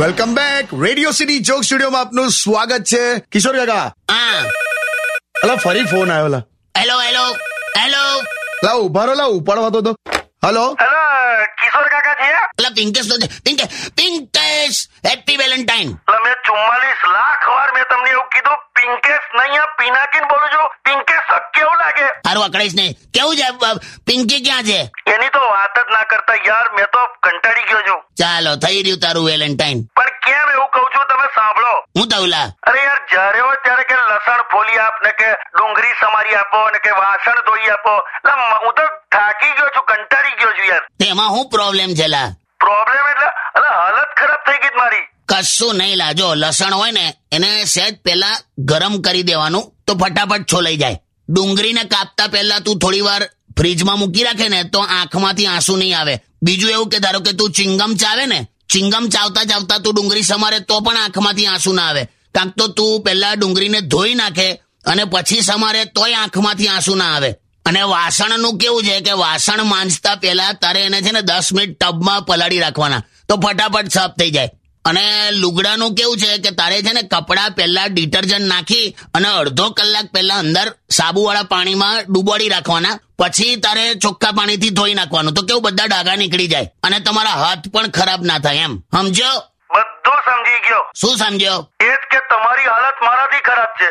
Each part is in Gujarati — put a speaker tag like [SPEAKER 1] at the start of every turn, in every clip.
[SPEAKER 1] Welcome back radio city joke સ્ટુડિયોમાં આપનું સ્વાગત છે કિશોર કાકા
[SPEAKER 2] હા
[SPEAKER 1] અલા ફરી ફોન આવ્યો લા
[SPEAKER 2] હેલો હેલો હેલો
[SPEAKER 1] લા ઉભા રહો લા ઉપાડવા તો દો હલો
[SPEAKER 3] હેલો કિશોર કાકા છે
[SPEAKER 2] એટલે પિંકેશ તો છે. પિંકે- પિંકેશ હેપી વેલેન્ટાઇન
[SPEAKER 3] એટલે મેં ચુમ્માલીસ લાખ વાર મેં તમને એવું કીધું પિંકેશ નહીં આ પિનાકીન બોલું છું પિંકેશ તો કેવું લાગે
[SPEAKER 2] હારું અકળાઈશ નહીં કેવું છે બ- પિંકી ક્યાં છે
[SPEAKER 3] એની તો વાત જ ના કરતા યાર મેં તો કંટાળી ગયો છું
[SPEAKER 2] ચાલો થઈ રહ્યું તારું વેલેન્ટાઇન
[SPEAKER 3] પણ કેમ એવું કહું છું તમે સાંભળો
[SPEAKER 2] હું તવલા
[SPEAKER 3] અરે યાર જ્યારે હોય ત્યારે કે લસણ ફોલી આપ ને કે ડુંગળી સમારી આપો ને કે વાસણ ધોઈ આપો એટલે મ- હું તો થાકી ગયો છું કંટાળી ગયો છું યાર
[SPEAKER 2] તેમાં શું પ્રોબ્લેમ છે લા
[SPEAKER 3] પ્રોબ્લેમ એટલે એટલે હાલત ખરાબ થઈ ગઈ છે મારી
[SPEAKER 2] કશું નહીં લા જો લસણ હોય ને એને સહેજ પહેલા ગરમ કરી દેવાનું તો ફટાફટ છોલાઈ જાય ડુંગળીને કાપતા પહેલા તું થોડી વાર ફ્રીજમાં મૂકી રાખે ને તો આંખમાંથી આંસુ નહીં આવે બીજું એવું કે ધારો કે તું ચિંગમ ચાવે ને ચિંગમ ચાવતા ચાવતા તું ડુંગળી સમારે તો પણ આંખમાંથી આંસુ ના આવે કાંક તો તું પહેલા ડુંગળીને ધોઈ નાખે અને પછી સમારે તોય આંખમાંથી આંસુ ના આવે અને વાસણનું કેવું છે કે વાસણ માંજતા પહેલા તારે એને છે ને દસ મિનિટ ટબમાં પલાળી રાખવાના તો ફટાફટ સાફ થઈ જાય અને લુગડાનું કેવું છે કે તારે છે ને કપડાં પહેલા ડિટર્જન્ટ નાખી અને અડધો કલાક પહેલા અંદર સાબુવાળા પાણીમાં ડૂબાડી રાખવાના પછી તારે ચોખ્ખા પાણીથી ધોઈ નાખવાનું તો કેવું બધા ડાઘા નીકળી જાય અને તમારા હાથ પણ ખરાબ ના થાય એમ સમજ્યો
[SPEAKER 3] બધું સમજી ગયો
[SPEAKER 2] શું સમજ્યો
[SPEAKER 3] એ જ કે તમારી હાલત મારાથી ખરાબ છે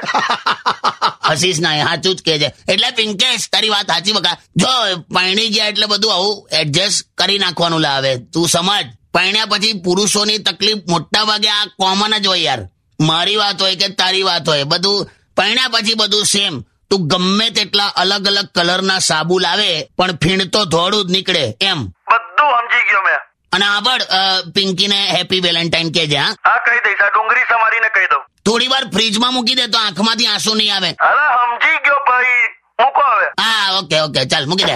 [SPEAKER 2] હસીશ ના એ સાચું જ કે છે એટલે પિંકેશ તારી વાત સાચી બકા જો પરણી ગયા એટલે બધું આવું એડજસ્ટ કરી નાખવાનું લાવે તું સમજ પરણ્યા પછી પુરુષોની તકલીફ મોટા ભાગે આ કોમન જ હોય યાર મારી વાત હોય કે તારી વાત હોય બધું પરણ્યા પછી બધું સેમ તું ગમે તેટલા અલગ અલગ કલરના સાબુ લાવે પણ ફીણ તો ધોળું જ નીકળે એમ
[SPEAKER 3] બધું સમજી ગયો મેં
[SPEAKER 2] અને આગળ અ, પિંકીને હેપી વેલેન્ટાઇન કહેજે હા
[SPEAKER 3] હા કહી દઈશ આ ડુંગળી સમારીને કહી દઉં
[SPEAKER 2] થોડી વાર ફ્રીજમાં મૂકી દે તો આંખમાંથી આંસુ નહીં આવે
[SPEAKER 3] અરે સમજી ગયો ભાઈ મૂકો હવે
[SPEAKER 2] હા ઓકે ઓકે ચાલ મૂકી દે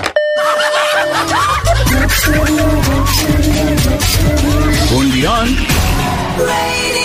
[SPEAKER 4] Radio